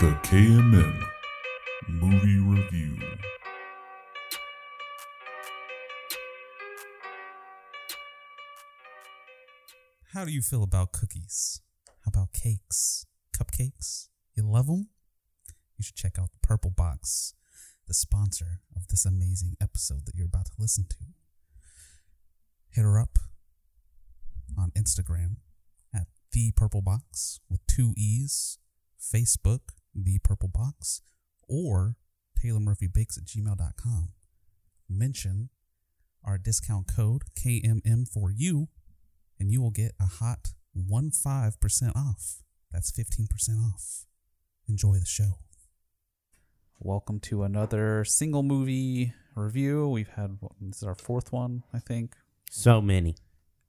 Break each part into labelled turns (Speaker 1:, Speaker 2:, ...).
Speaker 1: The KMN Movie Review.
Speaker 2: How do you feel about cookies? How about cakes? Cupcakes? You love them? You should check out the Purple Box, the sponsor of this amazing episode that you're about to listen to. Hit her up on Instagram at the Purple Box with two E's, Facebook, the Purple Box, or Taylor Murphy Bakes at gmail.com. Mention our discount code KMM for you and you will get a hot 15% off. That's 15% off. Enjoy the show. Welcome to another single movie review. We've had this is our fourth one, I think.
Speaker 3: So many.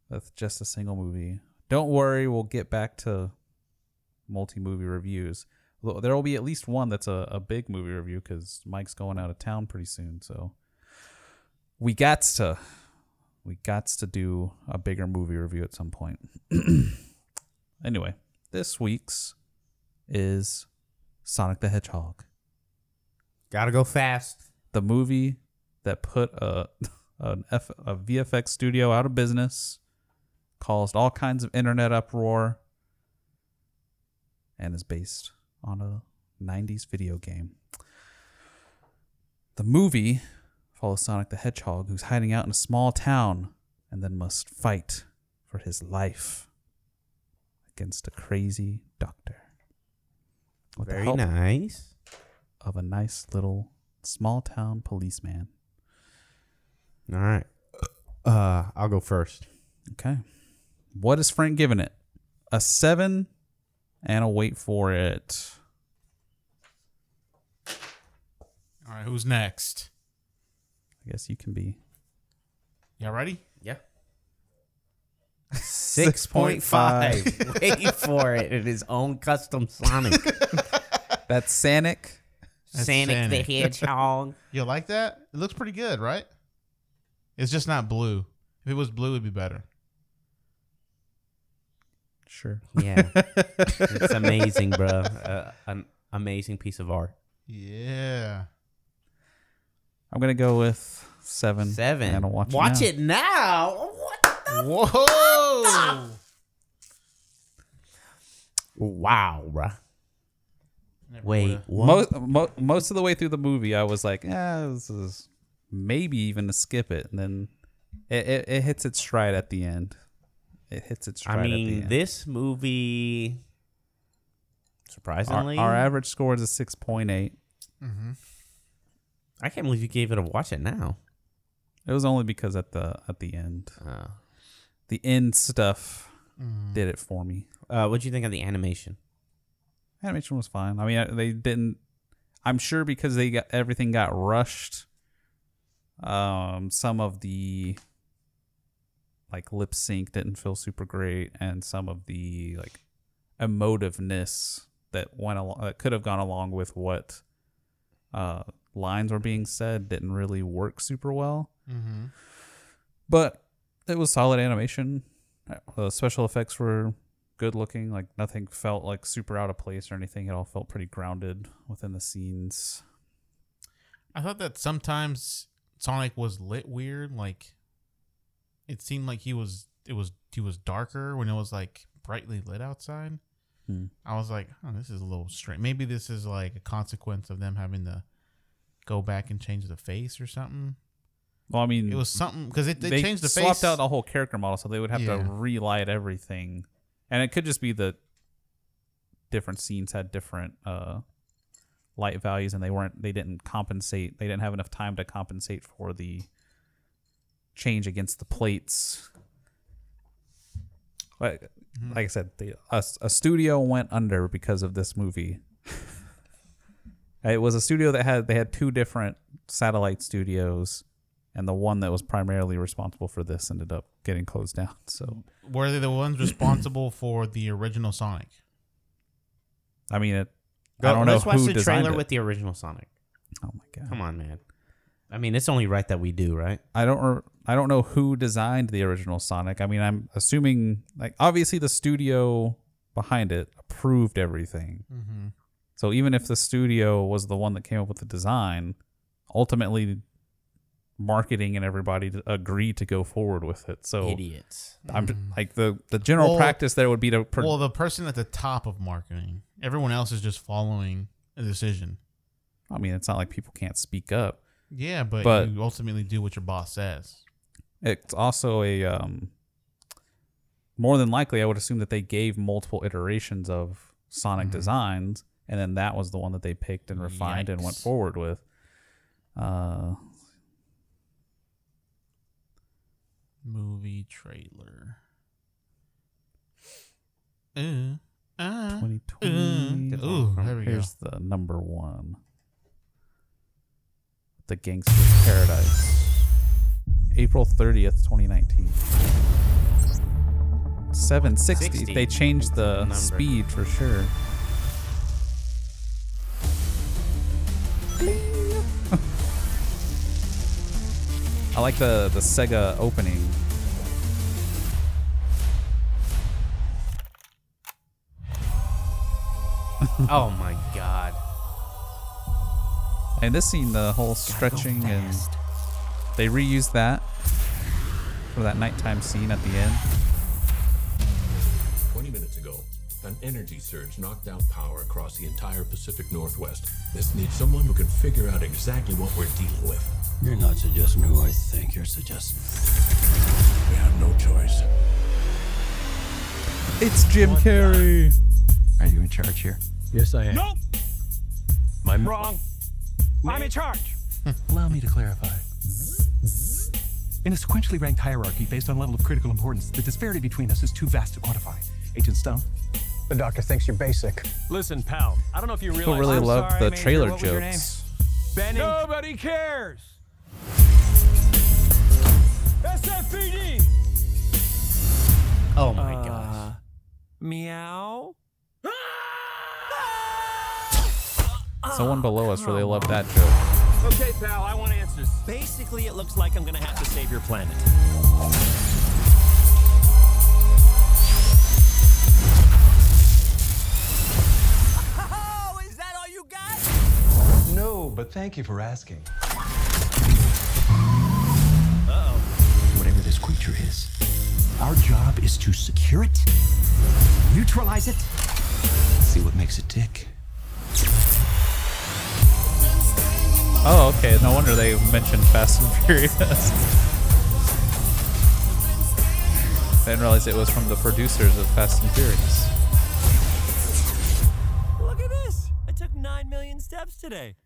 Speaker 2: That's just a single movie. Don't worry, we'll get back to multi movie reviews. Lo- There will be at least one that's a, a big movie review because Mike's going out of town pretty soon. So we got to we got to do a bigger movie review at some point. anyway, this week's is Sonic the Hedgehog,
Speaker 3: Gotta go fast.
Speaker 2: the movie that put a an F, a VFX studio out of business, caused all kinds of internet uproar, and is based on a '90s video game. The movie follows Sonic the Hedgehog, who's hiding out in a small town and then must fight for his life against a crazy doctor. With the
Speaker 3: Very
Speaker 2: help
Speaker 3: nice.
Speaker 2: of a nice little small town policeman.
Speaker 3: All right. Uh, I'll go first.
Speaker 2: Okay. What is Frank giving it? A seven and a wait for it.
Speaker 4: All right, who's next?
Speaker 2: I guess you can be
Speaker 4: Y'all ready?
Speaker 3: Yeah. Six point five. Wait for it in his own custom Sonic.
Speaker 2: that's Sanic.
Speaker 4: That's
Speaker 3: Sonic the
Speaker 4: Sonic.
Speaker 3: Hedgehog.
Speaker 4: You like that? It looks pretty good, right? It's just not blue. If it was blue, it'd be better.
Speaker 2: Sure.
Speaker 3: Yeah, it's amazing, bro. Uh, an amazing piece of art.
Speaker 4: Yeah.
Speaker 2: I'm gonna go with seven.
Speaker 3: Seven.
Speaker 2: And I'll watch,
Speaker 3: watch
Speaker 2: now.
Speaker 3: it now. What?
Speaker 4: Whoa!
Speaker 3: Wow, bro. Wait, what?
Speaker 2: Most, mo- most of the way through the movie, I was like, "Yeah, this is maybe even to skip it," and then it, it, it hits its stride at the end. It hits its stride.
Speaker 3: I
Speaker 2: at the
Speaker 3: mean,
Speaker 2: end.
Speaker 3: this movie.
Speaker 2: Our-
Speaker 3: Surprisingly,
Speaker 2: our average score is a six point eight.
Speaker 3: I can't believe you gave it a watch it now.
Speaker 2: It was only because at the at the end,
Speaker 3: Uh,
Speaker 2: the end stuff did it for me.
Speaker 3: uh, what do you think of the animation?
Speaker 2: Animation was fine. I mean, I- they didn't. I'm sure because they got everything got rushed. Um, some of the like lip sync didn't feel super great, and some of the like emotiveness that went along that could have gone along with what uh, lines were being said didn't really work super well.
Speaker 4: Mm-hmm.
Speaker 2: but it was solid animation. Uh, The special effects were good looking. Like nothing felt like super out of place or anything. It all felt pretty grounded within the scenes.
Speaker 4: I thought that sometimes Sonic was lit weird. Like, it seemed like he was. It was he was darker when it was like brightly lit outside.
Speaker 2: Hmm.
Speaker 4: I was like, oh, this is a little strange. Maybe this is like a consequence of them having to go back and change the face or something.
Speaker 2: Well, I mean,
Speaker 4: It was something because they, changed the
Speaker 2: Hmm. swapped
Speaker 4: face.
Speaker 2: out the whole character model, so they would have to
Speaker 4: Yeah.
Speaker 2: relight everything, and it could just be that different scenes had different uh, light values, and they weren't they didn't compensate. They didn't have enough time to compensate for the change against the plates. Like,
Speaker 4: Mm-hmm.
Speaker 2: like I said, the, a, a studio went under because of this movie. it was a studio that had they had two different satellite studios and the one that was primarily responsible for this ended up getting closed down. So
Speaker 4: Were they the ones responsible for the original Sonic?
Speaker 2: I mean, it.
Speaker 3: Go,
Speaker 2: I don't
Speaker 3: Oh, let's
Speaker 2: know
Speaker 3: watch
Speaker 2: who
Speaker 3: the
Speaker 2: designed
Speaker 3: trailer
Speaker 2: it.
Speaker 3: with the original Sonic.
Speaker 2: Oh my god!
Speaker 3: Come on, man. I mean, it's only right that we do, right?
Speaker 2: I don't. re- I don't know who designed the original Sonic. I mean, I'm assuming like obviously the studio behind it approved everything,
Speaker 4: Mm-hmm.
Speaker 2: So even if the studio was the one that came up with the design, ultimately marketing and everybody d- agreed to go forward with it. So
Speaker 3: Idiots.
Speaker 2: I'm like the the general
Speaker 4: Well-
Speaker 2: practice there would be to pro-
Speaker 4: well, the person at the top of marketing, everyone else is just following a decision.
Speaker 2: I mean, it's not like people can't speak up.
Speaker 4: Yeah, but,
Speaker 2: But-
Speaker 4: you ultimately do what your boss says.
Speaker 2: It's also a um, more than likely, I would assume that they gave multiple iterations of Sonic designs, and then that was the one that they picked and refined and went
Speaker 3: Yikes.
Speaker 2: forward with. Uh,
Speaker 4: Movie trailer. Ooh. Ah.
Speaker 2: 2020.
Speaker 4: Uh, ooh, there we go.
Speaker 2: Here's the number one. The Gangster's Paradise. April 30th, 2019. 760.
Speaker 3: 60.
Speaker 2: They changed the
Speaker 3: Number.
Speaker 2: speed for sure. I like the, the Sega opening.
Speaker 3: oh my god.
Speaker 2: And this scene, the whole stretching and they reused that for that nighttime scene at the end.
Speaker 5: 20 minutes ago, an energy surge knocked out power across the entire Pacific Northwest. This needs someone who can figure out exactly what we're dealing with.
Speaker 6: You're not suggesting who I think you're suggesting.
Speaker 5: We have no choice.
Speaker 2: It's Jim Carrey.
Speaker 6: Are you in charge here? Yes, I am.
Speaker 7: Nope,
Speaker 6: My
Speaker 7: wrong. I'm in charge.
Speaker 6: Allow me to clarify. In a sequentially ranked hierarchy based on level of critical importance, the disparity between us is too vast to quantify. Agent Stone?
Speaker 8: The doctor thinks you're basic.
Speaker 7: Listen, pal. I don't know if you realize.
Speaker 2: People really
Speaker 7: I'm
Speaker 2: love
Speaker 7: sorry,
Speaker 2: the
Speaker 7: Major,
Speaker 2: trailer
Speaker 7: what was your
Speaker 2: jokes.
Speaker 7: name? Benning. Nobody cares. SFPD.
Speaker 3: Oh my
Speaker 2: Uh,
Speaker 3: gosh.
Speaker 7: Meow. Ah,
Speaker 2: Someone below us really loved that joke.
Speaker 7: Okay, pal. I want answers. Basically, it looks like I'm gonna have to save your planet.
Speaker 6: No, but thank you for asking. Uh-oh. Whatever this creature is, our job is to secure it, neutralize it, see what makes it tick.
Speaker 2: Oh, okay. No wonder they mentioned Fast and Furious. I didn't realize it was from the producers of Fast and Furious.
Speaker 7: Look at this. I took nine million steps today.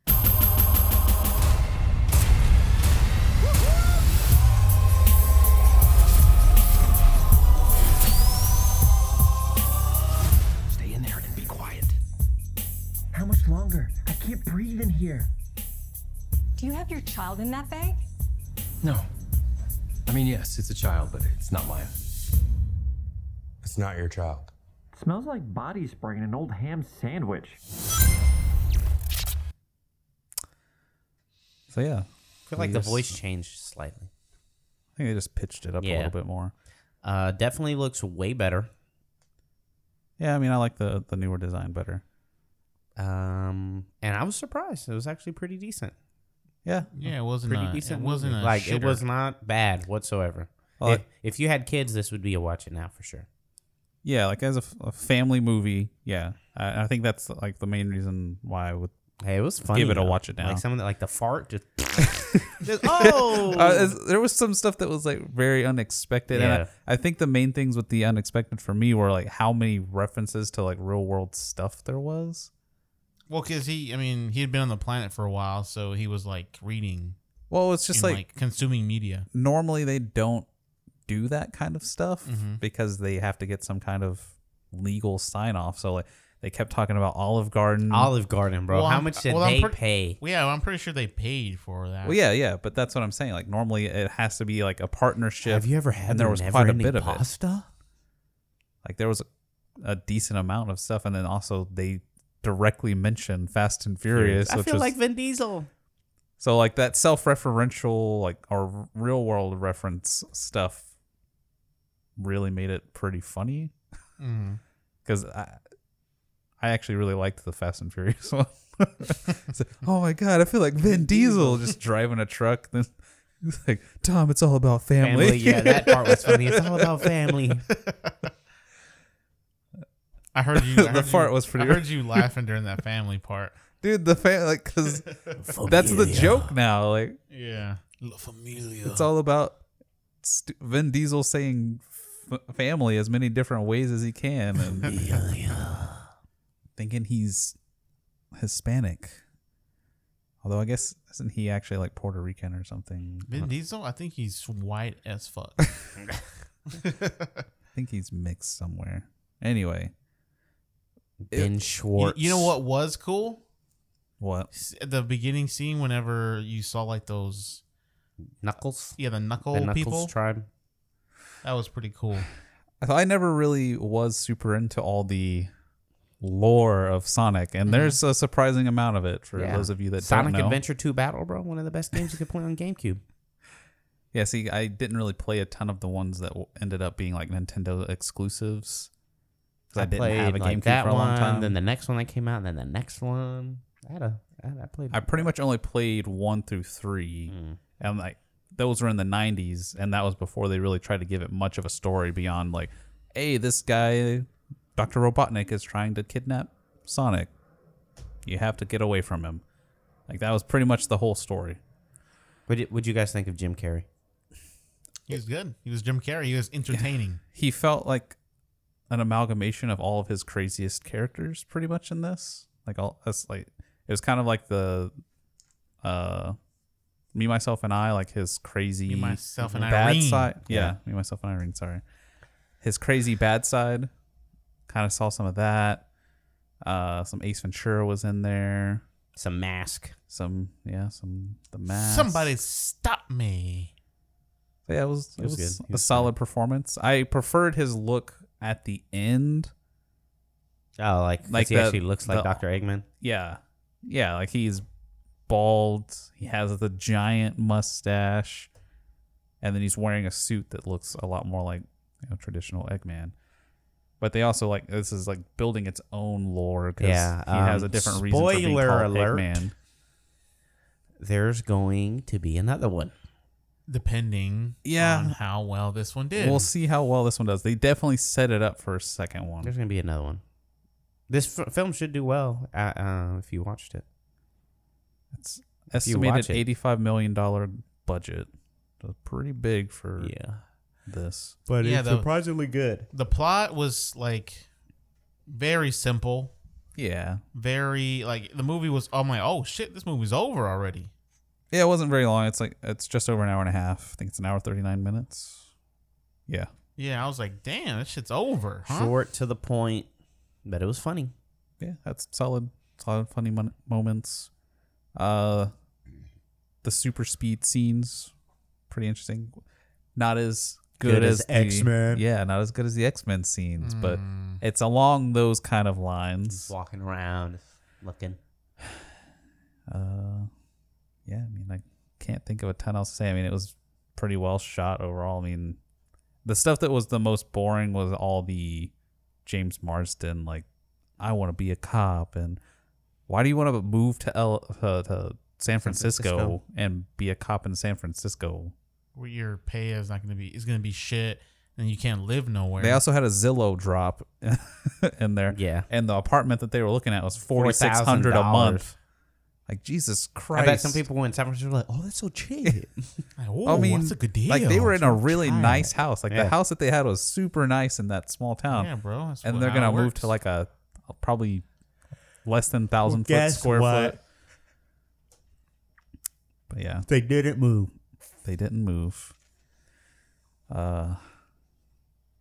Speaker 6: Stay in there and be quiet.
Speaker 9: How much longer? I can't breathe in here.
Speaker 10: Do you have your child in that bag?
Speaker 6: No. I mean, yes, it's a child, but it's not mine.
Speaker 5: It's not your child.
Speaker 9: Smells like body spray and an old ham sandwich.
Speaker 2: So yeah,
Speaker 3: I feel like the
Speaker 2: Yes.
Speaker 3: voice changed slightly.
Speaker 2: I think they just pitched it up a
Speaker 3: Yeah.
Speaker 2: little bit more.
Speaker 3: Uh, definitely looks way better.
Speaker 2: Yeah, I mean, I like the the newer design better.
Speaker 3: Um, and I was surprised. It was actually pretty decent.
Speaker 2: Yeah,
Speaker 4: Yeah, it wasn't
Speaker 3: Pretty
Speaker 4: a,
Speaker 3: decent.
Speaker 4: It wasn't
Speaker 3: movie.
Speaker 4: a
Speaker 3: like it
Speaker 4: shitter.
Speaker 3: was not bad whatsoever.
Speaker 2: Well,
Speaker 3: if,
Speaker 2: I-
Speaker 3: if you had kids, this would be a watch it now for sure.
Speaker 2: yeah. Like as a, f- a family movie, yeah. I, I think that's like the main reason why I would
Speaker 3: Hey, it was funny.
Speaker 2: it a
Speaker 3: though.
Speaker 2: watch it now.
Speaker 3: Like some of the, like the fart just. just- oh.
Speaker 2: Uh, is- there was some stuff that was like very unexpected,
Speaker 3: Yeah.
Speaker 2: and I, I think the main things with the unexpected for me were like how many references to like real world stuff there was.
Speaker 4: Well, because he, I mean, he had been on the planet for a while, so he was like reading,
Speaker 2: Well, it's just
Speaker 4: and,
Speaker 2: like,
Speaker 4: like, consuming media.
Speaker 2: normally they don't do that kind of stuff
Speaker 3: Mm-hmm.
Speaker 2: because they have to get some kind of legal sign off. So like they kept talking about Olive Garden.
Speaker 3: Olive Garden, bro.
Speaker 4: Well,
Speaker 3: How
Speaker 4: I'm-
Speaker 3: much did
Speaker 4: well, I'm
Speaker 3: they
Speaker 4: pretty-
Speaker 3: pay?
Speaker 4: Well, yeah, I'm pretty sure they paid for that.
Speaker 2: well, yeah, yeah, but that's what I'm saying. Like normally it has to be like a partnership.
Speaker 3: Have you ever had
Speaker 2: And there
Speaker 3: the
Speaker 2: was quite a
Speaker 3: never-ending
Speaker 2: bit of it.
Speaker 3: pasta?
Speaker 2: Like there was a, a decent amount of stuff, and then also they directly mentioned Fast and Furious,
Speaker 3: I
Speaker 2: which
Speaker 3: feel
Speaker 2: was
Speaker 3: like Vin Diesel.
Speaker 2: So like that self-referential like or real world reference stuff really made it pretty funny
Speaker 4: Mhm.
Speaker 2: cuz I I actually really liked the Fast and Furious one. It's like, oh my god, I feel like Vin Diesel just driving a truck. Then he's like, Tom, it's all about family.
Speaker 3: Family, yeah, that part was funny. It's all about family.
Speaker 4: I heard you. I
Speaker 2: The
Speaker 4: heard
Speaker 2: fart
Speaker 4: you-
Speaker 2: was pretty
Speaker 4: I heard you laughing during that family part.
Speaker 2: Dude, the fa- like, because that's the joke now. Like,
Speaker 4: Yeah. La familia.
Speaker 2: it's all about st- Vin Diesel saying f- family as many different ways as he can, and thinking he's Hispanic. Although I guess isn't he actually like Puerto Rican or something?
Speaker 4: Vin
Speaker 3: Uh-huh.
Speaker 4: Diesel, I think he's white as fuck.
Speaker 2: I think he's mixed somewhere. Anyway,
Speaker 3: Ben
Speaker 4: you,
Speaker 3: Schwartz.
Speaker 4: you know what was cool?
Speaker 2: what?
Speaker 4: S- At the beginning scene, whenever you saw like those,
Speaker 3: Knuckles.
Speaker 4: yeah, the knuckle
Speaker 3: the Knuckles
Speaker 4: people,
Speaker 3: tribe.
Speaker 4: that was pretty cool.
Speaker 2: I thought I never really was super into all the lore of Sonic, and there's a surprising amount of it for
Speaker 3: Mm-hmm. Yeah.
Speaker 2: those of you that
Speaker 3: Sonic
Speaker 2: don't know.
Speaker 3: Adventure 2 Battle, bro. One of the best games you could play on GameCube.
Speaker 2: Yeah, see, I didn't really play a ton of the ones that w- ended up being like Nintendo exclusives. 'Cause I, didn't have a
Speaker 3: like,
Speaker 2: GameCube
Speaker 3: that
Speaker 2: for a long
Speaker 3: one,
Speaker 2: time.
Speaker 3: Then the next one that came out, and then the next one. I had a. I, had, I played.
Speaker 2: I pretty much only played one through three,
Speaker 3: Hmm.
Speaker 2: and like those were in the '90s, and that was before they really tried to give it much of a story beyond like, hey, this guy, Doctor Robotnik, is trying to kidnap Sonic. You have to get away from him. Like that was pretty much the whole story.
Speaker 3: What did, what'd you guys think of Jim Carrey?
Speaker 4: He was good. He was Jim Carrey. He was entertaining.
Speaker 2: he felt like an amalgamation of all of his craziest characters pretty much in this like all that's like it was kind of like the uh me myself and i like his crazy
Speaker 4: Me, Myself, and
Speaker 2: bad
Speaker 4: Irene.
Speaker 2: side yeah, me myself and irene sorry his crazy bad side kind of saw some of that uh some ace ventura was in there
Speaker 3: Some mask.
Speaker 2: some yeah some the mask
Speaker 4: Somebody stop me.
Speaker 2: So, yeah, it was it
Speaker 3: was
Speaker 2: was,
Speaker 3: good. He
Speaker 2: a
Speaker 3: was
Speaker 2: solid performance. I preferred his look at the end.
Speaker 3: Oh, like 'cause
Speaker 2: Like
Speaker 3: he
Speaker 2: the-
Speaker 3: actually looks like
Speaker 2: the-
Speaker 3: Doctor Eggman.
Speaker 2: Yeah. Yeah, like he's bald. He has the giant mustache. And then he's wearing a suit that looks a lot more like you know, traditional Eggman. But they also like this is like building its own lore because
Speaker 3: Yeah,
Speaker 2: he has
Speaker 3: um,
Speaker 2: a different reason for being
Speaker 3: spoiler
Speaker 2: called
Speaker 3: alert.
Speaker 2: Eggman.
Speaker 3: There's going to be another one.
Speaker 4: Depending
Speaker 2: Yeah.
Speaker 4: on how well this one did.
Speaker 2: We'll see how well this one does. They definitely set it up for a second one.
Speaker 3: There's going to be another one. This f- film should do well uh, uh, if you watched it.
Speaker 2: It's
Speaker 3: you watch
Speaker 2: estimated
Speaker 3: it.
Speaker 2: eighty-five million dollar budget. So pretty big for
Speaker 3: Yeah,
Speaker 2: this.
Speaker 3: but
Speaker 4: Yeah, it's the-
Speaker 3: surprisingly good.
Speaker 4: the plot was like very simple.
Speaker 2: Yeah,
Speaker 4: Very like the movie was. I'm like, oh shit, this movie's over already.
Speaker 2: Yeah, it wasn't very long. It's like it's just over an hour and a half. I think it's an hour thirty nine minutes. Yeah,
Speaker 4: Yeah, I was like, damn, this shit's over. Huh?
Speaker 3: Short to the point, but it was funny.
Speaker 2: yeah, that's solid, solid, funny mon- moments. Uh, the super speed scenes, pretty interesting. Not as good,
Speaker 3: Good as
Speaker 2: the-
Speaker 3: X-Men.
Speaker 2: Yeah, not as good as the X Men scenes, but it's along those kind of lines.
Speaker 3: Walking around, looking.
Speaker 2: Uh, yeah, I mean, I can't think of a ton else to say. I mean, it was pretty well shot overall. I mean, the stuff that was the most boring was all the James Marsden, like, I want to be a cop, and why do you want to move to L to, to San Francisco,
Speaker 3: Francisco.
Speaker 2: and be a cop in San Francisco?
Speaker 4: Where your pay is not gonna be. It's gonna be shit, and you can't live nowhere.
Speaker 2: They also had a Zillow drop in there.
Speaker 3: Yeah.
Speaker 2: and the apartment that they were looking at was forty six hundred a month.
Speaker 3: $4,000.
Speaker 2: Like Jesus Christ!
Speaker 3: I bet some people in San Francisco are like, "Oh, that's so cheap."
Speaker 4: Like, oh,
Speaker 2: I mean,
Speaker 4: that's a good deal.
Speaker 2: Like they were in a really
Speaker 3: try
Speaker 2: nice
Speaker 3: it.
Speaker 2: house. Like
Speaker 3: Yeah.
Speaker 2: the house that they had was super nice in that small town.
Speaker 4: Yeah, bro. That's
Speaker 2: Oh. and
Speaker 4: what-
Speaker 2: they're
Speaker 4: how it
Speaker 2: gonna move
Speaker 4: works.
Speaker 2: to like a probably less than thousand foot
Speaker 11: guess
Speaker 2: square
Speaker 11: what?
Speaker 2: foot. But yeah,
Speaker 11: They didn't move.
Speaker 2: they didn't move. Uh,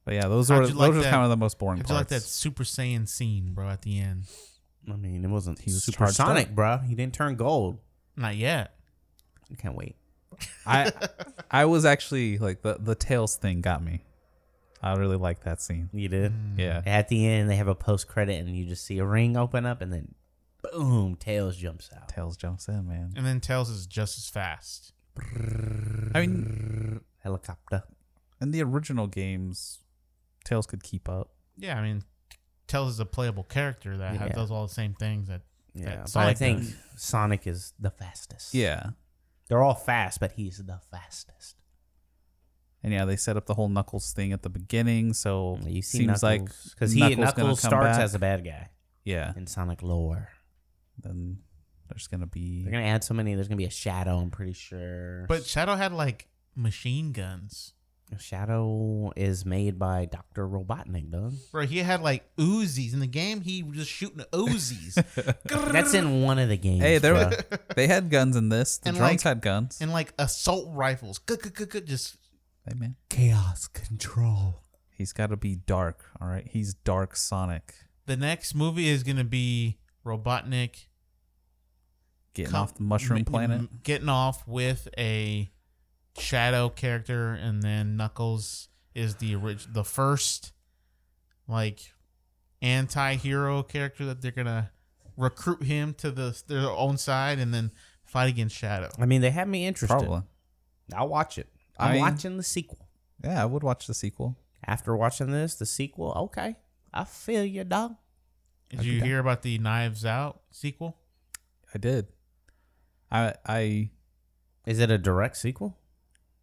Speaker 2: but yeah, those
Speaker 4: How'd
Speaker 2: were
Speaker 4: you
Speaker 2: those
Speaker 4: like
Speaker 2: were
Speaker 4: that-
Speaker 2: kind of the most boring
Speaker 4: How'd you
Speaker 2: parts.
Speaker 4: like that Super Saiyan scene, bro, at the end.
Speaker 3: I mean, it wasn't he
Speaker 2: was
Speaker 3: was
Speaker 2: charged
Speaker 3: supersonic,
Speaker 2: up.
Speaker 3: bro. He didn't turn gold.
Speaker 4: Not yet.
Speaker 3: I can't wait.
Speaker 2: I I was actually like the the tails thing got me. I really liked that scene.
Speaker 3: You did.
Speaker 4: Mm.
Speaker 2: Yeah,
Speaker 3: At the end, they have a post credit, and you just see a ring open up, and then boom, tails jumps out.
Speaker 2: tails jumps in, man.
Speaker 4: And then Tails is just as fast.
Speaker 2: I mean,
Speaker 3: Helicopter.
Speaker 2: in the original games, Tails could keep up.
Speaker 4: Yeah, I mean, tells a playable character that
Speaker 3: Yeah.
Speaker 4: does all the same things that.
Speaker 3: Yeah,
Speaker 4: that
Speaker 3: but I
Speaker 4: Sonic
Speaker 3: think
Speaker 4: does.
Speaker 3: Sonic is the fastest.
Speaker 2: Yeah.
Speaker 3: They're all fast, but he's the fastest.
Speaker 2: And yeah, they set up the whole Knuckles thing at the beginning, so
Speaker 3: You see
Speaker 2: seems like
Speaker 3: because he
Speaker 2: Knuckles gonna
Speaker 3: Knuckles
Speaker 2: come
Speaker 3: starts
Speaker 2: back.
Speaker 3: as a bad guy.
Speaker 2: Yeah.
Speaker 3: in Sonic lore,
Speaker 2: then there's gonna be
Speaker 3: they're gonna add so many. There's gonna be a Shadow. I'm pretty sure.
Speaker 4: But Shadow had like machine guns,
Speaker 3: Shadow is made by Doctor Robotnik, though.
Speaker 4: bro. He had like Uzis in the game. He was just shooting Uzis.
Speaker 3: That's in one of the games.
Speaker 2: Hey, there
Speaker 3: bro.
Speaker 2: they had guns in this. The
Speaker 4: And,
Speaker 2: drones
Speaker 4: like-
Speaker 2: had guns.
Speaker 4: and like assault rifles. Gu-gu-gu-gu, Just
Speaker 2: Hey man,
Speaker 3: chaos control.
Speaker 2: he's got to be dark. All right, he's dark Sonic
Speaker 4: the next movie is gonna be Robotnik
Speaker 2: getting
Speaker 4: com-
Speaker 2: off the mushroom
Speaker 4: m-
Speaker 2: planet.
Speaker 4: m- getting off with a shadow character, and then Knuckles is the orig- the first like anti-hero character that they're gonna recruit him to the their own side, and then fight against Shadow.
Speaker 3: I mean, they have me interested.
Speaker 2: Probably.
Speaker 3: I'll watch it. I'm
Speaker 2: I-
Speaker 3: watching the sequel.
Speaker 2: Yeah, I would watch the sequel.
Speaker 3: After watching this, the sequel. Okay, I feel you, dog.
Speaker 4: Did you hear about the Knives Out sequel?
Speaker 2: I did. I I
Speaker 3: Is it a direct sequel?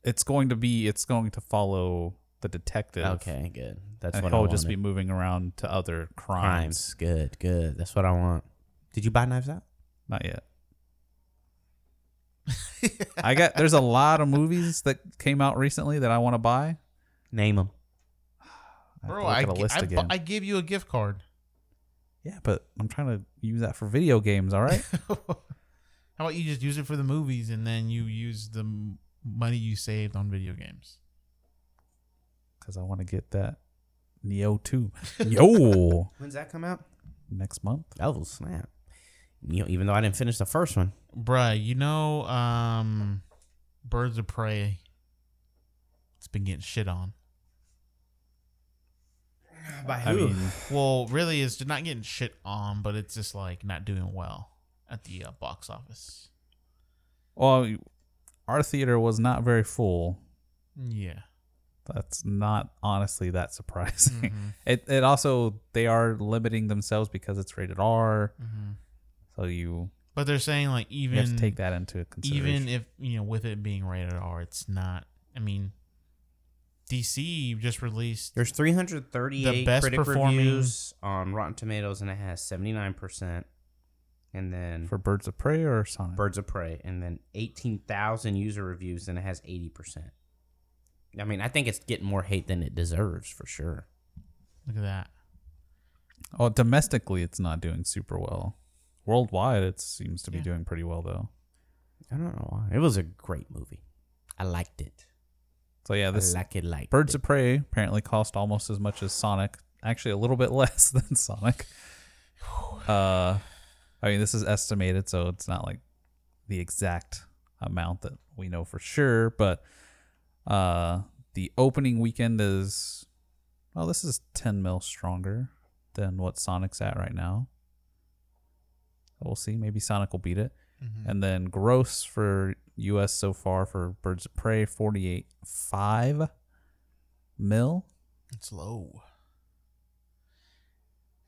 Speaker 2: it's going to be it's going to follow the detective.
Speaker 3: Okay, good. That's
Speaker 2: And
Speaker 3: what I
Speaker 2: he'll
Speaker 3: wanted.
Speaker 2: just be moving around to other crimes.
Speaker 3: crimes. Good, good. That's what I want. Did you buy Knives Out?
Speaker 2: Not yet. I got there's a lot of movies that came out recently that I want to buy.
Speaker 3: Name them.
Speaker 2: I have to
Speaker 4: Bro,
Speaker 2: look
Speaker 4: I,
Speaker 2: at a
Speaker 4: gi-
Speaker 2: list
Speaker 4: I, bu-
Speaker 2: again.
Speaker 4: I give you a gift card.
Speaker 2: yeah, but I'm trying to use that for video games. All right.
Speaker 4: How about you just use it for the movies and then you use the m- money you saved on video games?
Speaker 2: because I want to get that Neo 2. Yo,
Speaker 3: When's that come out?
Speaker 2: next month.
Speaker 3: Oh snap! You know, even though I didn't finish the first one,
Speaker 4: Bruh, you know, um, Birds of Prey. It's been getting shit on.
Speaker 3: by
Speaker 2: I mean,
Speaker 4: Well, really, it's not getting shit on, but it's just like not doing well at the uh, box office.
Speaker 2: well, our theater was not very full.
Speaker 4: Yeah.
Speaker 2: That's not honestly that surprising.
Speaker 4: Mm-hmm.
Speaker 2: It it also they are limiting themselves because it's rated R, so you,
Speaker 4: But they're saying like
Speaker 2: you
Speaker 4: Mm-hmm. even
Speaker 2: have to take that into consideration.
Speaker 4: even if you know with it being rated R, it's not. I mean, DC just released
Speaker 3: there's 338
Speaker 4: The best
Speaker 3: critic
Speaker 4: performing-
Speaker 3: reviews on Rotten Tomatoes, and it has 79 percent. And then
Speaker 2: for Birds of Prey or Sonic,
Speaker 3: Birds of Prey, and then 18,000 user reviews, and it has 80 percent. I mean, I think it's getting more hate than it deserves for sure.
Speaker 4: look at that.
Speaker 2: oh, domestically it's not doing super well. Worldwide, it seems to be
Speaker 4: Yeah.
Speaker 2: doing pretty well though.
Speaker 3: I don't know why. It was a great movie. I liked it.
Speaker 2: So yeah, this
Speaker 3: I like it. Like
Speaker 2: Birds of Prey apparently cost almost as much as Sonic. Actually, a little bit less than Sonic. Uh, I mean, this is estimated, so it's not like the exact amount that we know for sure. But uh, the opening weekend is well, this is ten mil stronger than what Sonic's at right now. We'll see. Maybe Sonic will beat it.
Speaker 3: Mm-hmm.
Speaker 2: And then gross for U.S. so far for Birds of Prey forty eight five mil,
Speaker 4: It's low.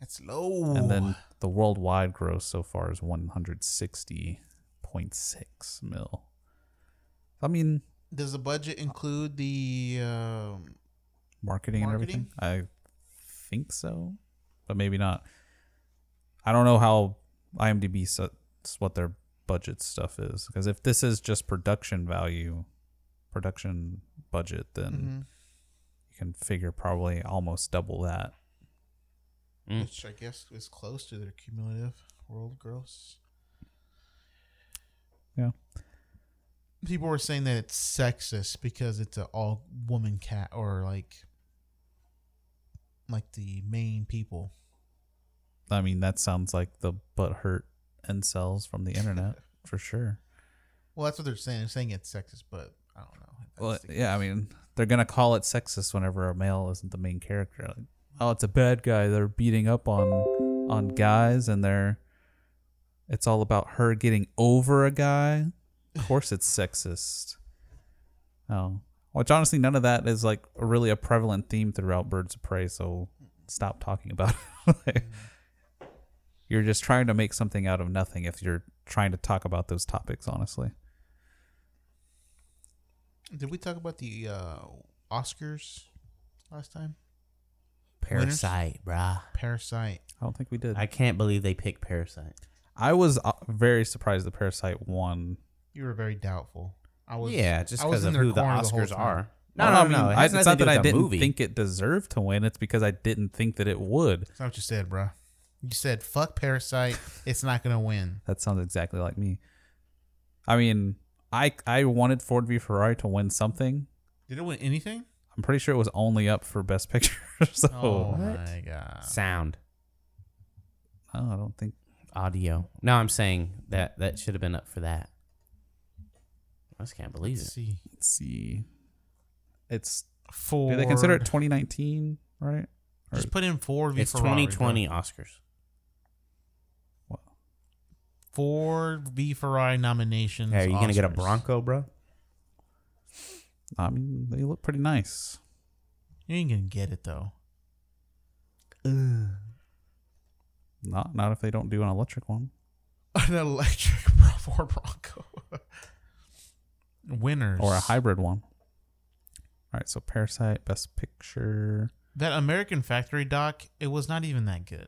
Speaker 4: It's low.
Speaker 2: and then the worldwide gross so far is one hundred sixty point six mil. I mean,
Speaker 4: does the budget include the? Um, Marketing?
Speaker 2: marketing, and everything. I think so, but maybe not. I don't know how IMDb sets what their budget stuff is because if this is just production value, production budget, then you can figure probably almost double that.
Speaker 3: Mm.
Speaker 4: Which I guess is close to their cumulative world gross.
Speaker 2: Yeah.
Speaker 4: People were saying that it's sexist because it's an all woman cat or like, like the main people.
Speaker 2: I mean, that sounds like the butt hurt and cells from the internet for sure.
Speaker 4: Well, that's what they're saying. They're saying it's sexist, but I don't know. if that's
Speaker 2: Well,
Speaker 4: the
Speaker 2: yeah, I
Speaker 4: case.
Speaker 2: mean, they're gonna call it sexist whenever a male isn't the main character. Like, oh, it's a bad guy. They're beating up on on guys, and they're it's all about her getting over a guy. Of course, it's sexist. Oh, which honestly, none of that is like really a prevalent theme throughout Birds of Prey. So stop talking about it. Like, you're just trying to make something out of nothing if you're trying to talk about those topics, honestly.
Speaker 4: Did we talk about the uh, Oscars last time? Winners?
Speaker 3: Parasite, brah.
Speaker 4: Parasite.
Speaker 2: I don't think we did.
Speaker 3: I can't believe they picked Parasite.
Speaker 2: I was uh, very surprised the Parasite won.
Speaker 4: You were very doubtful. I was.
Speaker 3: yeah, just
Speaker 4: I was
Speaker 3: because
Speaker 4: in
Speaker 3: of
Speaker 4: their
Speaker 3: who the
Speaker 4: corner whole
Speaker 3: Oscars
Speaker 4: time.
Speaker 3: are.
Speaker 2: Well,
Speaker 3: No, no, no.
Speaker 2: I-
Speaker 3: It has
Speaker 2: it's not that
Speaker 3: nothing to do
Speaker 2: I
Speaker 3: with the
Speaker 2: didn't
Speaker 3: movie.
Speaker 2: think it deserved to win. It's because I didn't think that it would.
Speaker 4: That's not what you said, bro. You said fuck Parasite. it's not gonna win.
Speaker 2: That sounds exactly like me. I mean, I I wanted Ford v Ferrari to win something.
Speaker 4: Did it win anything?
Speaker 2: I'm pretty sure it was only up for Best Picture. so
Speaker 4: Oh my god.
Speaker 3: Sound,
Speaker 2: Oh, I don't think.
Speaker 3: audio. No, I'm saying that that should have been up for that. I just can't believe
Speaker 4: Let's
Speaker 3: it.
Speaker 4: see.
Speaker 2: Let's see. It's
Speaker 4: Ford.
Speaker 2: do they consider it 2019? Right.
Speaker 4: Just put in Ford v
Speaker 3: It's
Speaker 4: Ferrari.
Speaker 3: 2020
Speaker 4: bro.
Speaker 3: Oscars.
Speaker 2: Wow.
Speaker 4: Ford v Ferrari nominations.
Speaker 3: Hey, are you gonna get a
Speaker 4: Oscars.
Speaker 3: Bronco, bro?
Speaker 2: I mean, they look pretty nice.
Speaker 4: You ain't gonna get it though.
Speaker 2: Not not if they don't do an electric one.
Speaker 4: An electric Ford Bronco. Winners
Speaker 2: or a hybrid one. All right, so Parasite, Best Picture.
Speaker 4: That American Factory doc, it was not even that good.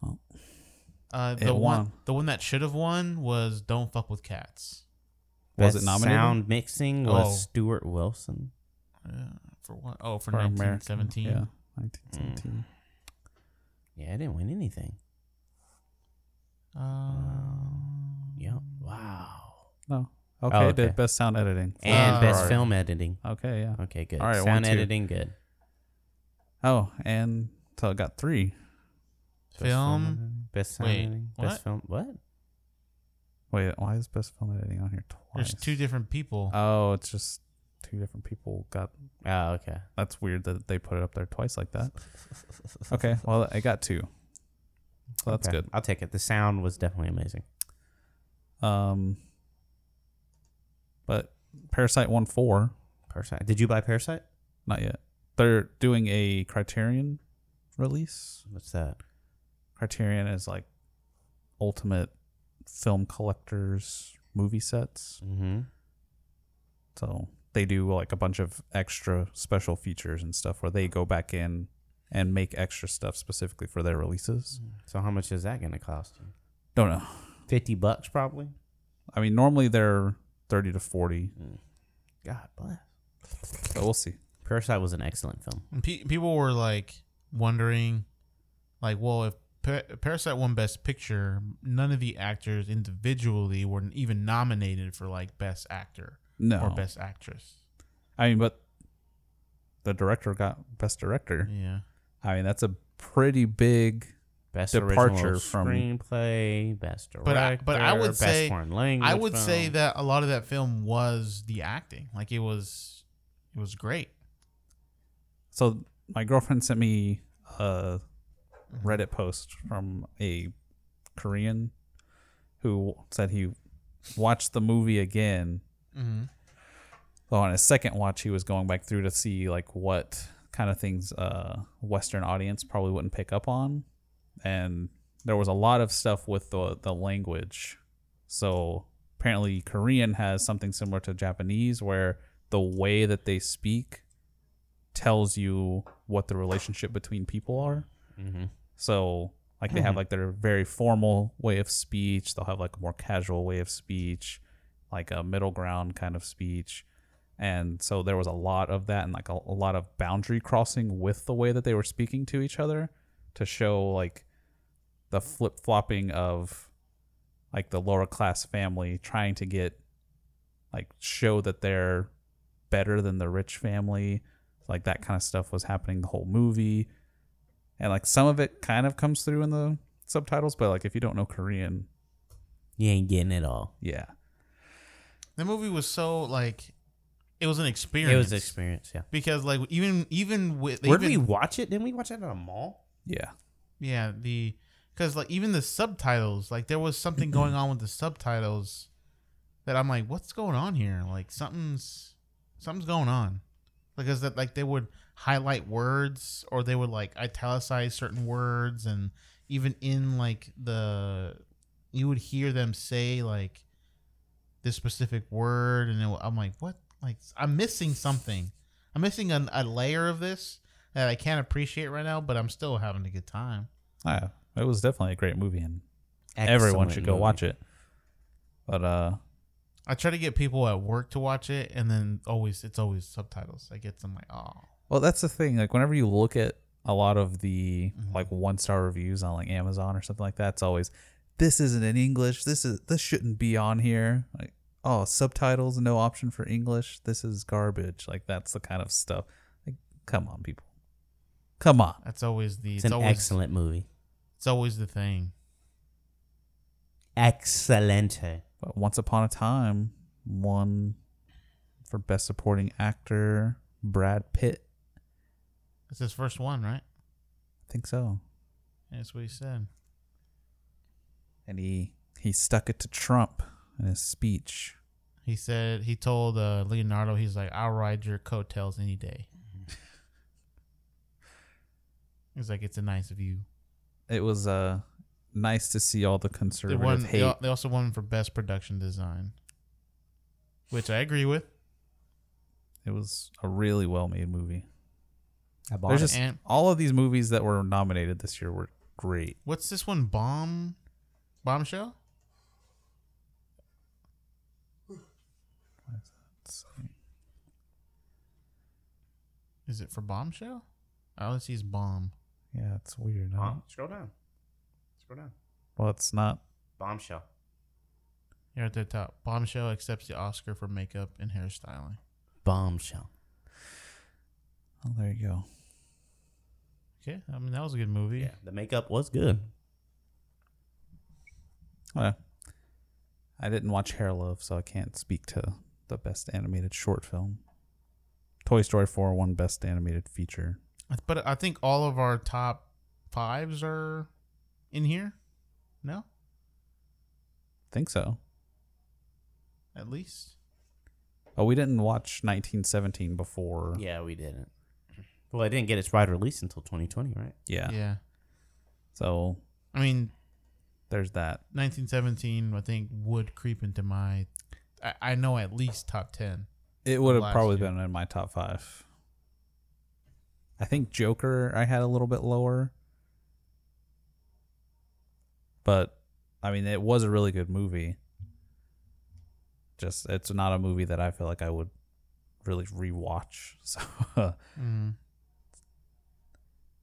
Speaker 2: Well,
Speaker 4: Uh,
Speaker 2: it
Speaker 4: the
Speaker 2: won.
Speaker 4: one, the one that should have won was "Don't Fuck with Cats."
Speaker 2: Was
Speaker 3: Best
Speaker 2: it nominated?
Speaker 3: Sound mixing was
Speaker 4: Oh.
Speaker 3: Stuart Wilson.
Speaker 4: Uh, for what? Oh, for,
Speaker 2: for American-
Speaker 4: 1917.
Speaker 2: Yeah, 1917.
Speaker 3: Yeah, I didn't win anything.
Speaker 4: Uh,
Speaker 3: Yeah. Wow.
Speaker 4: Hmm.
Speaker 2: No. Okay,
Speaker 3: Oh,
Speaker 2: it did
Speaker 3: okay.
Speaker 2: Best Sound Editing. for
Speaker 4: Uh,
Speaker 3: And best
Speaker 2: Ferrari.
Speaker 3: film editing.
Speaker 2: Okay, yeah.
Speaker 3: Okay, good.
Speaker 2: All right, one,
Speaker 3: Sound
Speaker 2: two.
Speaker 3: editing, good.
Speaker 2: Oh, and so it got three.
Speaker 3: Best
Speaker 4: Film.
Speaker 3: editing, Best sound
Speaker 4: Wait,
Speaker 3: editing.
Speaker 4: what?
Speaker 3: Best film. What?
Speaker 2: Wait, why is Best Film Editing on here twice?
Speaker 4: There's two different people.
Speaker 2: Oh, it's just two different people got.
Speaker 3: Oh, okay.
Speaker 2: That's weird that they put it up there twice like that. Okay, well, I got two. So that's
Speaker 3: Okay,
Speaker 2: good.
Speaker 3: I'll take it. The sound was definitely amazing.
Speaker 2: Um, but Parasite won four.
Speaker 3: Parasite. Did you buy Parasite?
Speaker 2: Not yet. They're doing a Criterion release.
Speaker 3: What's that?
Speaker 2: Criterion is like ultimate film collectors movie sets.
Speaker 3: Mm-hmm.
Speaker 2: So they do like a bunch of extra special features and stuff where they go back in and make extra stuff specifically for their releases.
Speaker 3: So how much is that going to cost you?
Speaker 2: Don't know.
Speaker 3: Fifty bucks probably.
Speaker 2: I mean, normally they're 30 to 40,
Speaker 3: God bless.
Speaker 2: but we'll see.
Speaker 3: Parasite was an excellent film.
Speaker 4: And pe- people were like wondering, like, well, if pa- Parasite won Best Picture, none of the actors individually were even nominated for like Best Actor
Speaker 2: No.
Speaker 4: or Best Actress.
Speaker 2: I mean, but the director got best director.
Speaker 4: Yeah.
Speaker 2: I mean, that's a pretty big
Speaker 3: Best
Speaker 2: Departure
Speaker 3: original
Speaker 2: from-
Speaker 3: screenplay, best director,
Speaker 4: But I, but I would
Speaker 3: best
Speaker 4: say
Speaker 3: foreign language.
Speaker 4: I would
Speaker 3: film.
Speaker 4: say that a lot of that film was the acting. Like it was, it was great.
Speaker 2: So my girlfriend sent me a Reddit post from a Korean who said he watched the movie again. So on his second watch, he was going back through to see like what kind of things uh Western audience probably wouldn't pick up on, and there was a lot of stuff with the the language. So apparently, Korean has something similar to Japanese, where the way that they speak tells you what the relationship between people are.
Speaker 3: Mhm.
Speaker 2: So like they have like their very formal way of speech. They'll have like a more casual way of speech, like a middle ground kind of speech. And so there was a lot of that and like a, a lot of boundary crossing with the way that they were speaking to each other to show like the flip flopping of like the lower class family trying to get like show that they're better than the rich family. Like that kind of stuff was happening the whole movie. And like some of it kind of comes through in the subtitles, but like if you don't know Korean,
Speaker 3: you ain't getting it all.
Speaker 2: yeah.
Speaker 4: The movie was so like, it was an experience.
Speaker 3: It was an experience. Yeah.
Speaker 4: because like even even with
Speaker 3: Where
Speaker 4: even-
Speaker 3: did we watch it? Didn't we watch it at a mall?
Speaker 2: Yeah.
Speaker 4: Yeah, the because like even the subtitles, like there was something going on with the subtitles that I'm like, what's going on here? Like something's something's going on. Like is that like they would highlight words or they would like italicize certain words and even in like the you would hear them say like this specific word and it, wa- I'm like what like I'm missing something I'm missing an, a layer of this that I can't appreciate right now but I'm still having a good time
Speaker 2: Yeah, it was definitely a great movie, and everyone
Speaker 4: Excellent
Speaker 2: should go
Speaker 4: movie.
Speaker 2: watch it. But uh,
Speaker 4: I try to get people at work to watch it and then always it's always subtitles I get them like oh
Speaker 2: well, that's the thing. Like, whenever you look at a lot of the like one star reviews on like Amazon or something like that, it's always this isn't in English. This is this shouldn't be on here. Like, oh, subtitles, no option for English. This is garbage. Like, that's the kind of stuff. Like, come on, people, come on.
Speaker 4: that's always the
Speaker 3: It's an
Speaker 4: always,
Speaker 3: excellent movie.
Speaker 4: it's always the thing
Speaker 3: Excelente.
Speaker 2: But Once Upon a Time won for Best Supporting Actor Brad Pitt.
Speaker 4: it's his first one right
Speaker 2: I think so.
Speaker 4: that's what he said
Speaker 2: And he he stuck it to Trump in his speech.
Speaker 4: He said he told uh, Leonardo, he's like, "I'll ride your coattails any day." he's like, "It's a nice view."
Speaker 2: It was uh nice to see all the
Speaker 4: They
Speaker 2: conservative
Speaker 4: won. They,
Speaker 2: hate.
Speaker 4: al- they also won for best production design, which I agree with.
Speaker 2: it was a really well made movie.
Speaker 3: I
Speaker 4: bought
Speaker 2: There's
Speaker 4: it.
Speaker 2: just
Speaker 4: And-
Speaker 2: all of these movies that were nominated this year were great.
Speaker 4: What's this one? Bomb, bombshell. Is it for bombshell? I only see is bomb.
Speaker 2: Yeah, it's weird. huh?
Speaker 3: Huh? Scroll down. Scroll down.
Speaker 2: Well, it's not.
Speaker 3: Bombshell.
Speaker 4: Here at the top, bombshell accepts the Oscar for makeup and hairstyling.
Speaker 3: Bombshell.
Speaker 2: Oh, there you go.
Speaker 4: Okay, I mean that was a good movie.
Speaker 3: Yeah, the makeup was good.
Speaker 2: Well, I didn't watch Hair Love, so I can't speak to the best animated short film. Toy Story 4 won Best Animated Feature.
Speaker 4: But I think all of our top fives are in here. No,
Speaker 2: think so.
Speaker 4: at least
Speaker 2: Oh, we didn't watch 1917 before.
Speaker 3: Yeah, we didn't. Well, it didn't get its wide release until 2020, right?
Speaker 2: Yeah.
Speaker 4: Yeah.
Speaker 2: So
Speaker 4: I mean,
Speaker 2: there's that.
Speaker 4: 1917. I think would creep into my. I, I know at least top ten.
Speaker 2: It would have
Speaker 4: Last
Speaker 2: probably
Speaker 4: year.
Speaker 2: been in my top five. I think Joker I had a little bit lower. But I mean it was a really good movie. Just it's not a movie that I feel like I would really rewatch. So
Speaker 4: Mhm.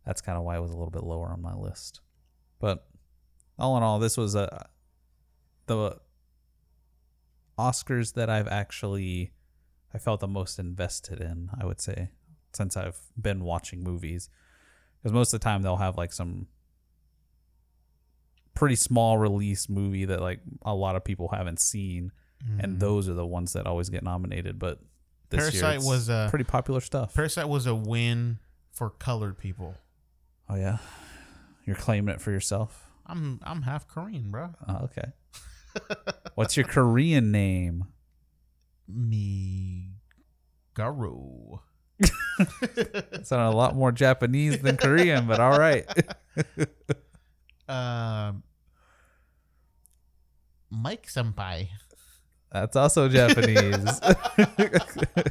Speaker 2: that's kind of why it was a little bit lower on my list. But all in all, this was a the Oscars that I've actually I felt the most invested in, I would say, since I've been watching movies. Because most of the time they'll have like some pretty small release movie that like a lot of people haven't seen,
Speaker 4: Mhm.
Speaker 2: and those are the ones that always get nominated. But this year
Speaker 4: Parasite
Speaker 2: it's
Speaker 4: was uh, a-
Speaker 2: pretty popular stuff.
Speaker 4: Parasite was a win for colored people.
Speaker 2: oh yeah, you're claiming it for yourself.
Speaker 4: I'm I'm half Korean, bro.
Speaker 2: Oh, okay. What's your Korean name?
Speaker 4: Me, Garo.
Speaker 2: It sounded a lot more Japanese than Korean, but all right.
Speaker 4: Um, Mike Senpai.
Speaker 2: That's also Japanese.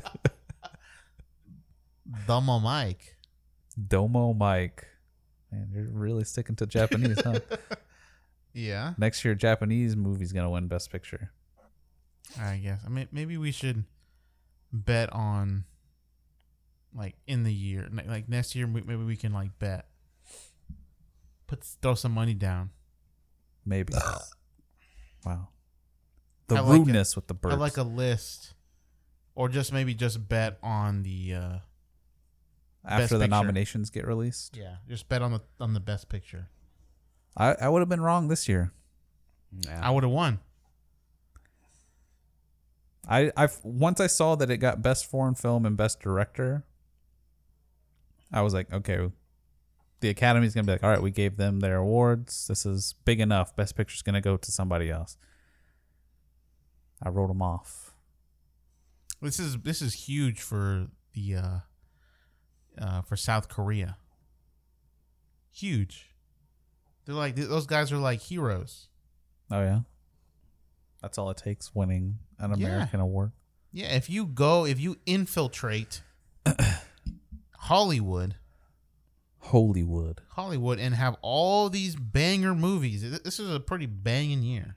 Speaker 4: Dumbo Mike.
Speaker 2: Domo Mike. Man, you're really sticking to Japanese, huh?
Speaker 4: Yeah.
Speaker 2: Next year, Japanese movie's gonna win Best Picture.
Speaker 4: I guess. I mean, maybe we should bet on like in the year, N- like next year. we- Maybe we can like bet, put throw some money down.
Speaker 2: Maybe. wow. The
Speaker 4: Have, like, a-
Speaker 2: rudeness with the
Speaker 4: have,
Speaker 2: birds.
Speaker 4: like a list, or just maybe just bet on the uh
Speaker 2: after
Speaker 4: Best
Speaker 2: the
Speaker 4: Picture.
Speaker 2: nominations get released.
Speaker 4: Yeah, just bet on the on the best picture.
Speaker 2: I, I would have been wrong this year.
Speaker 4: I would have won.
Speaker 2: I I once I saw that it got best foreign film and best director, I was like, okay, the Academy's gonna be like, all right, we gave them their awards. This is big enough. Best Picture's gonna go to somebody else. I wrote them off.
Speaker 4: This is this is huge for the uh uh, for South Korea. Huge. They're like th- those guys are like heroes.
Speaker 2: Oh yeah. That's all it takes winning an
Speaker 4: Yeah.
Speaker 2: American award.
Speaker 4: Yeah, if you go, if you infiltrate Hollywood,
Speaker 2: Hollywood.
Speaker 4: Hollywood, and have all these banger movies. th- This is a pretty banging year.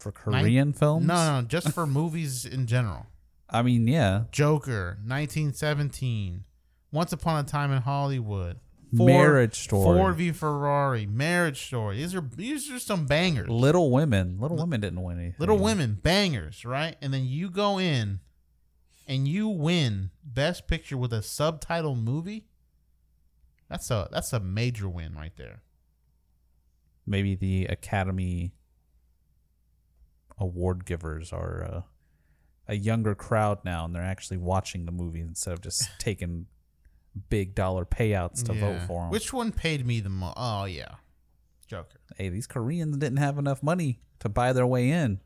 Speaker 2: For Korean films?
Speaker 4: No, no, just for movies in general.
Speaker 2: I mean, yeah.
Speaker 4: Joker, 1917, Once Upon a Time in Hollywood,
Speaker 2: Marriage Story.
Speaker 4: Ford v Ferrari, Marriage Story. These are these are some bangers.
Speaker 2: Little Women. Little Women didn't win anything.
Speaker 4: Little Women, bangers, right? And then you go in and you win Best Picture with a subtitle movie. That's a that's a major win right there.
Speaker 2: Maybe the Academy award givers are uh, a younger crowd now, and they're actually watching the movie instead of just taking big dollar payouts to vote
Speaker 4: Yeah.
Speaker 2: for them.
Speaker 4: Which one paid me the most? Oh yeah, Joker.
Speaker 2: hey, these Koreans didn't have enough money to buy their way in.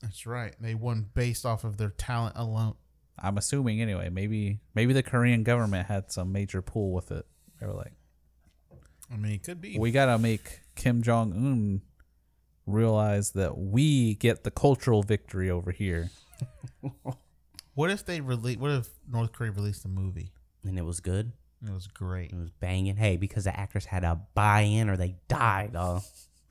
Speaker 4: That's right. They won based off of their talent alone.
Speaker 2: I'm assuming anyway. Maybe maybe the Korean government had some major pull with it. They were like,
Speaker 4: I mean, it could be.
Speaker 2: we gotta make Kim Jong Un realize that we get the cultural victory over here.
Speaker 4: What if they release? What if North Korea released a movie?
Speaker 3: And it was good.
Speaker 4: It was great.
Speaker 3: It was banging. Hey, because the actress had to buy in or they died. Oh,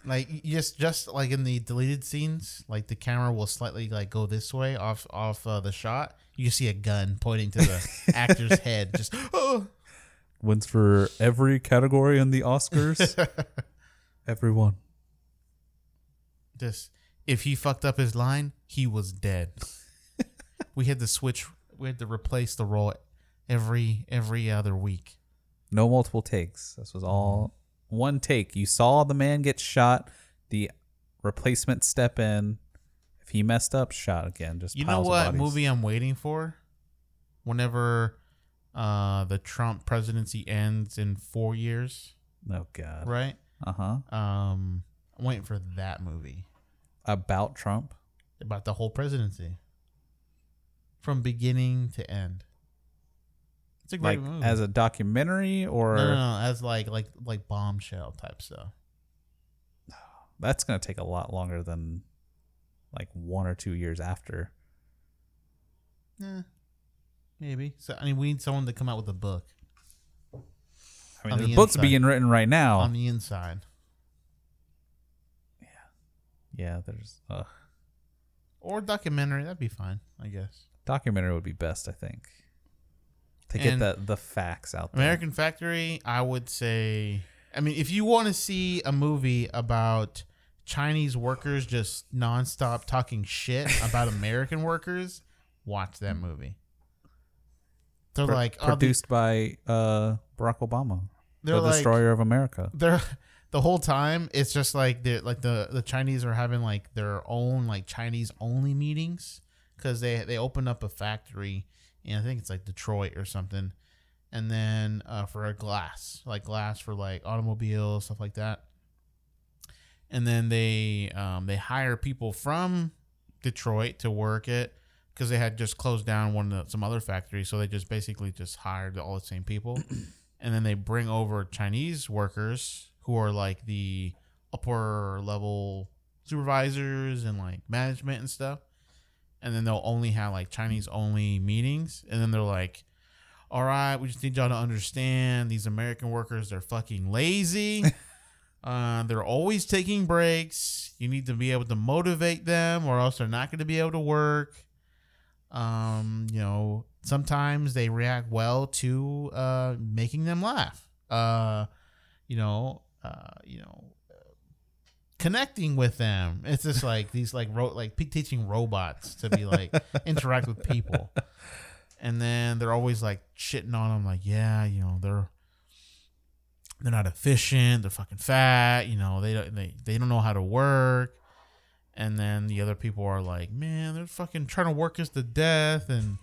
Speaker 4: Like you just just like in the deleted scenes, like the camera will slightly like go this way off off uh, the shot. You see a gun pointing to the actor's head. Just oh,
Speaker 2: Wins for every category in the Oscars. Everyone.
Speaker 4: just if he fucked up his line, he was dead. we had to switch. We had to replace the role every every other week.
Speaker 2: No multiple takes. This was all one take. You saw the man get shot, the replacement step in. If he messed up, shot again. Just
Speaker 4: You know
Speaker 2: piles of
Speaker 4: what
Speaker 2: bodies.
Speaker 4: movie I'm waiting for? Whenever uh, the Trump presidency ends in four years,
Speaker 2: Oh god.
Speaker 4: right?
Speaker 2: Uh huh.
Speaker 4: Um, I'm waiting for that movie
Speaker 2: About Trump.
Speaker 4: about the whole presidency from beginning to end. It's a great
Speaker 2: Like
Speaker 4: movie.
Speaker 2: as a documentary or
Speaker 4: no, no, no, as like like like bombshell type stuff.
Speaker 2: that's gonna take a lot longer than like one or two years after.
Speaker 4: Yeah, maybe. So I mean, we need someone to come out with a book
Speaker 2: I mean,
Speaker 4: On
Speaker 2: the,
Speaker 4: the
Speaker 2: book's
Speaker 4: inside.
Speaker 2: being written right now.
Speaker 4: on the inside,
Speaker 2: yeah, there's a
Speaker 4: or documentary. That'd be fine, I guess.
Speaker 2: documentary would be best, I think, to get
Speaker 4: And-
Speaker 2: the the facts out there.
Speaker 4: American Factory, I would say. I mean, if you want to see a movie about Chinese workers just nonstop talking shit about American workers, watch that movie. They're
Speaker 2: Pro-
Speaker 4: like oh, the-
Speaker 2: produced by uh, Barack Obama,
Speaker 4: They're
Speaker 2: the
Speaker 4: like-
Speaker 2: destroyer of America.
Speaker 4: they're the whole time it's just like the like the the Chinese are having like their own like Chinese only meetings because they they opened up a factory and I think it's like Detroit or something, and then uh, for a glass like glass for like automobiles stuff like that, and then they um, they hire people from Detroit to work it because they had just closed down one of the, some other factories, so they just basically just hired all the same people, and then they bring over Chinese workers who are like the upper level supervisors and like management and stuff, and then they'll only have like Chinese only meetings, and then they're like. All right, we just need y'all to understand these American workers, they're fucking lazy. Uh, they're always taking breaks. You need to be able to motivate them, or else they're not going to be able to work. Um, you know, sometimes they react well to uh, making them laugh. Uh, you know, uh, you know, connecting with them. It's just like these like ro- like pe- teaching robots to be like interact with people. And then they're always like shitting on them, like yeah, you know, they're they're not efficient. They're fucking fat. You know, they don't they, they don't know how to work. And then the other people are like, man, they're fucking trying to work us to death, and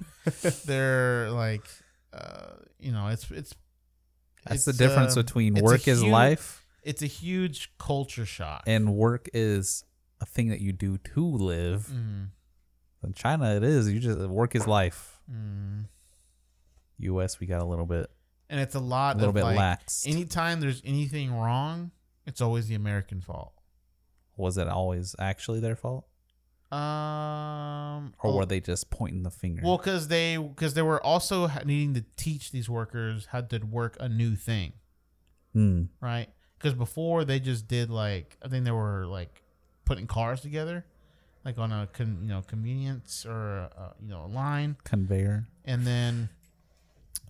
Speaker 4: they're like, uh, you know, it's it's.
Speaker 2: That's the
Speaker 4: it's,
Speaker 2: difference
Speaker 4: um,
Speaker 2: between
Speaker 4: it's a
Speaker 2: work is
Speaker 4: huge-
Speaker 2: life
Speaker 4: It's a huge culture shock.
Speaker 2: and work is a thing that you do to live.
Speaker 4: Mm,
Speaker 2: In China, it is you just work is life.
Speaker 4: mm.
Speaker 2: U.S. we got a little bit.
Speaker 4: and it's a lot
Speaker 2: A little
Speaker 4: of
Speaker 2: bit
Speaker 4: like,
Speaker 2: laxed.
Speaker 4: Anytime there's anything wrong, it's always the American fault.
Speaker 2: Was it always actually their fault,
Speaker 4: Um,
Speaker 2: or
Speaker 4: a-
Speaker 2: were they just pointing the finger?
Speaker 4: Well, because they because they were also ha- needing to teach these workers how to work a new thing,
Speaker 2: Hmm.
Speaker 4: right? Because before they just did like I think they were like putting cars together, like on a con, you know convenience or a, you know a line
Speaker 2: Conveyor.
Speaker 4: and then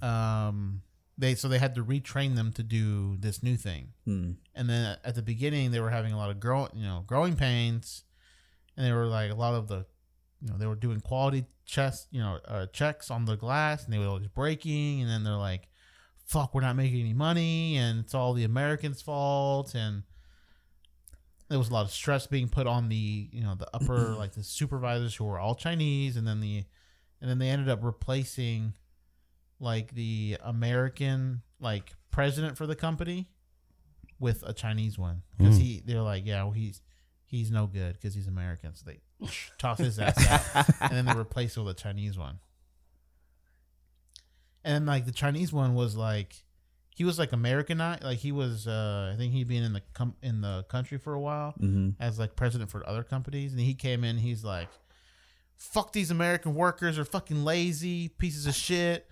Speaker 4: um they so they had to retrain them to do this new thing
Speaker 2: Hmm.
Speaker 4: and then at the beginning they were having a lot of growing you know growing pains and they were like a lot of the you know they were doing quality checks you know uh, checks on the glass and they were always breaking and then they're like fuck we're not making any money and it's all the americans fault and there was a lot of stress being put on the you know the upper like the supervisors who were all Chinese, and then the and then they ended up replacing like the American like president for the company with a Chinese one because
Speaker 11: Mm.
Speaker 4: he they're like yeah well, he's he's no good because he's American so they toss his ass out and then they replace it with a Chinese one and like the Chinese one was like he was like Americanized, like he was uh I think he'd been in the com- in the country for a while
Speaker 2: Mhm.
Speaker 4: as like president for other companies, and he came in, he's like, "Fuck these American workers are fucking lazy pieces of shit,"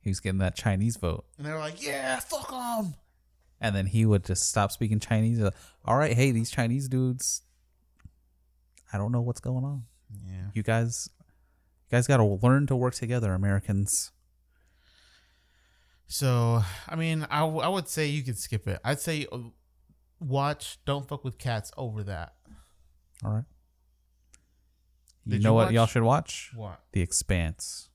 Speaker 2: He was getting that Chinese vote,
Speaker 4: and they're like, "Yeah, fuck them."
Speaker 2: and then he would just stop speaking Chinese. uh, All right, hey, these Chinese dudes. I don't know what's going on.
Speaker 4: Yeah.
Speaker 2: You guys, you guys got to learn to work together, Americans.
Speaker 4: So I mean, I, w- I would say you could skip it. I'd say uh, watch "Don't Fuck with Cats" over that.
Speaker 2: All right. You
Speaker 4: Did
Speaker 2: know
Speaker 4: you
Speaker 2: what
Speaker 4: watch-
Speaker 2: y'all should watch?
Speaker 4: What?
Speaker 2: The Expanse.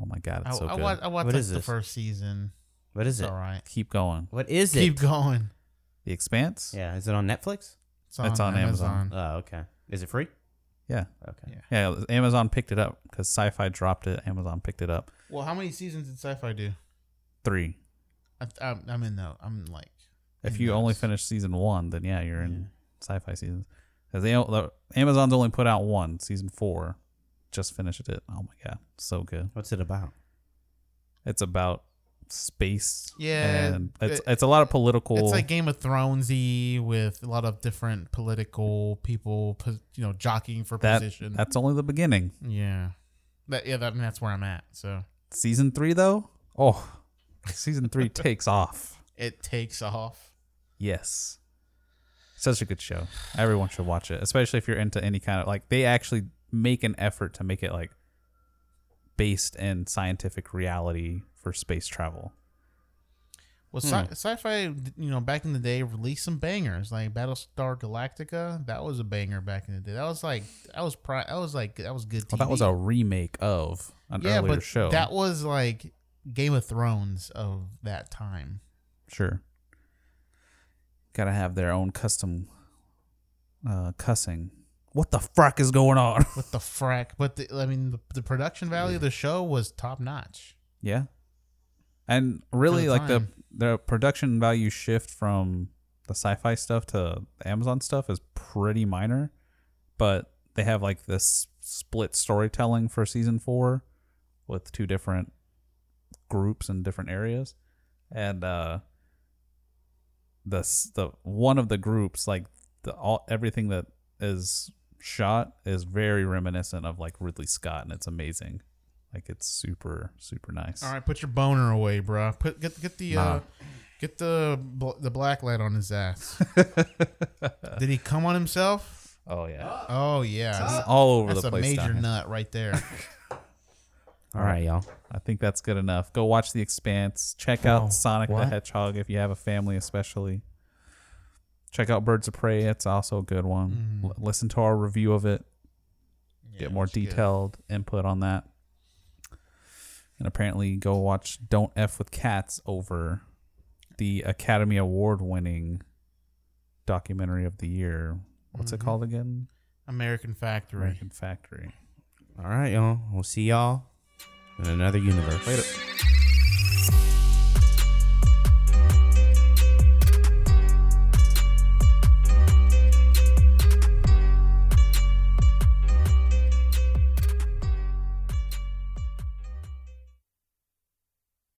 Speaker 2: Oh my god, it's
Speaker 4: I-
Speaker 2: so
Speaker 4: I
Speaker 2: good.
Speaker 4: wa- I watched, What like, is the this? first season.
Speaker 3: What is
Speaker 4: It's
Speaker 3: it?
Speaker 4: all right.
Speaker 2: Keep going.
Speaker 3: What is it?
Speaker 4: Keep going.
Speaker 2: The Expanse?
Speaker 3: Yeah, is it on Netflix?
Speaker 4: It's It's on on Amazon.
Speaker 3: Oh, okay. Is it free?
Speaker 2: Yeah.
Speaker 3: Okay.
Speaker 2: Yeah. Amazon picked it up because Sci-Fi dropped it. Amazon picked it up.
Speaker 4: Well, how many seasons did Sci-Fi do?
Speaker 2: Three.
Speaker 4: I, I'm, I'm in though. I'm like,
Speaker 2: If you only finish season one, then yeah, you're in Sci-Fi season. Because they the, Amazon's only put out one season four. Just finished it. Oh my god, so good.
Speaker 3: What's it about?
Speaker 2: It's about space.
Speaker 4: Yeah,
Speaker 2: and it's
Speaker 4: it-
Speaker 2: it's a lot of political.
Speaker 4: It's like Game of Thronesy with a lot of different political people, pos- you know, jockeying for
Speaker 2: that,
Speaker 4: position.
Speaker 2: That's only the beginning.
Speaker 4: yeah, that yeah, that, I mean, that's where I'm at. So
Speaker 2: Season three, though, oh, season three takes off.
Speaker 4: it takes off.
Speaker 2: Yes. Such a good show. Everyone should watch it, especially if you're into any kind of like they actually make an effort to make it like based in scientific reality for space travel.
Speaker 4: Well,
Speaker 2: Hmm.
Speaker 4: sci- sci-fi, you know, back in the day, released some bangers like Battlestar Galactica. That was a banger back in the day. That was like that was pri- that was like that was good. TV.
Speaker 2: Well, that was a remake of an earlier show.
Speaker 4: that was like Game of Thrones of that time.
Speaker 2: sure. Gotta have their own custom uh cussing. What the frack is going on?
Speaker 4: What the frack? But the, I mean, the, the production value of the show was top notch.
Speaker 2: Yeah. And really
Speaker 4: the
Speaker 2: like the
Speaker 4: time.
Speaker 2: the production value shift from the sci-fi stuff to the Amazon stuff is pretty minor, but they have like this split storytelling for season 4 with two different groups in different areas. And uh the s- the one of the groups like the all everything that is shot is very reminiscent of like Ridley Scott and it's amazing. Like it's super super nice.
Speaker 4: All right, put your boner away, bro. Put get get the
Speaker 2: Nah.
Speaker 4: uh, get the bl- the black light on his ass. Did he come on himself?
Speaker 2: Oh yeah.
Speaker 4: Oh yeah.
Speaker 2: It's all over
Speaker 4: That's
Speaker 2: the place
Speaker 4: a
Speaker 2: down
Speaker 4: major
Speaker 2: here.
Speaker 4: nut right there.
Speaker 2: All right, y'all. I think that's good enough. Go watch The Expanse. Check
Speaker 4: Oh,
Speaker 2: out Sonic the
Speaker 4: what?
Speaker 2: Hedgehog if you have a family, especially. Check out Birds of Prey. It's also a good one.
Speaker 4: Mm.
Speaker 2: L- listen to our review of it. Get more detailed input on that. And apparently, go watch Don't F with Cats over the Academy Award winning documentary of the year. What's it
Speaker 4: Mhm.
Speaker 2: called again?
Speaker 4: American Factory.
Speaker 2: American Factory.
Speaker 3: All right, y'all. We'll see y'all in another universe.
Speaker 2: Later.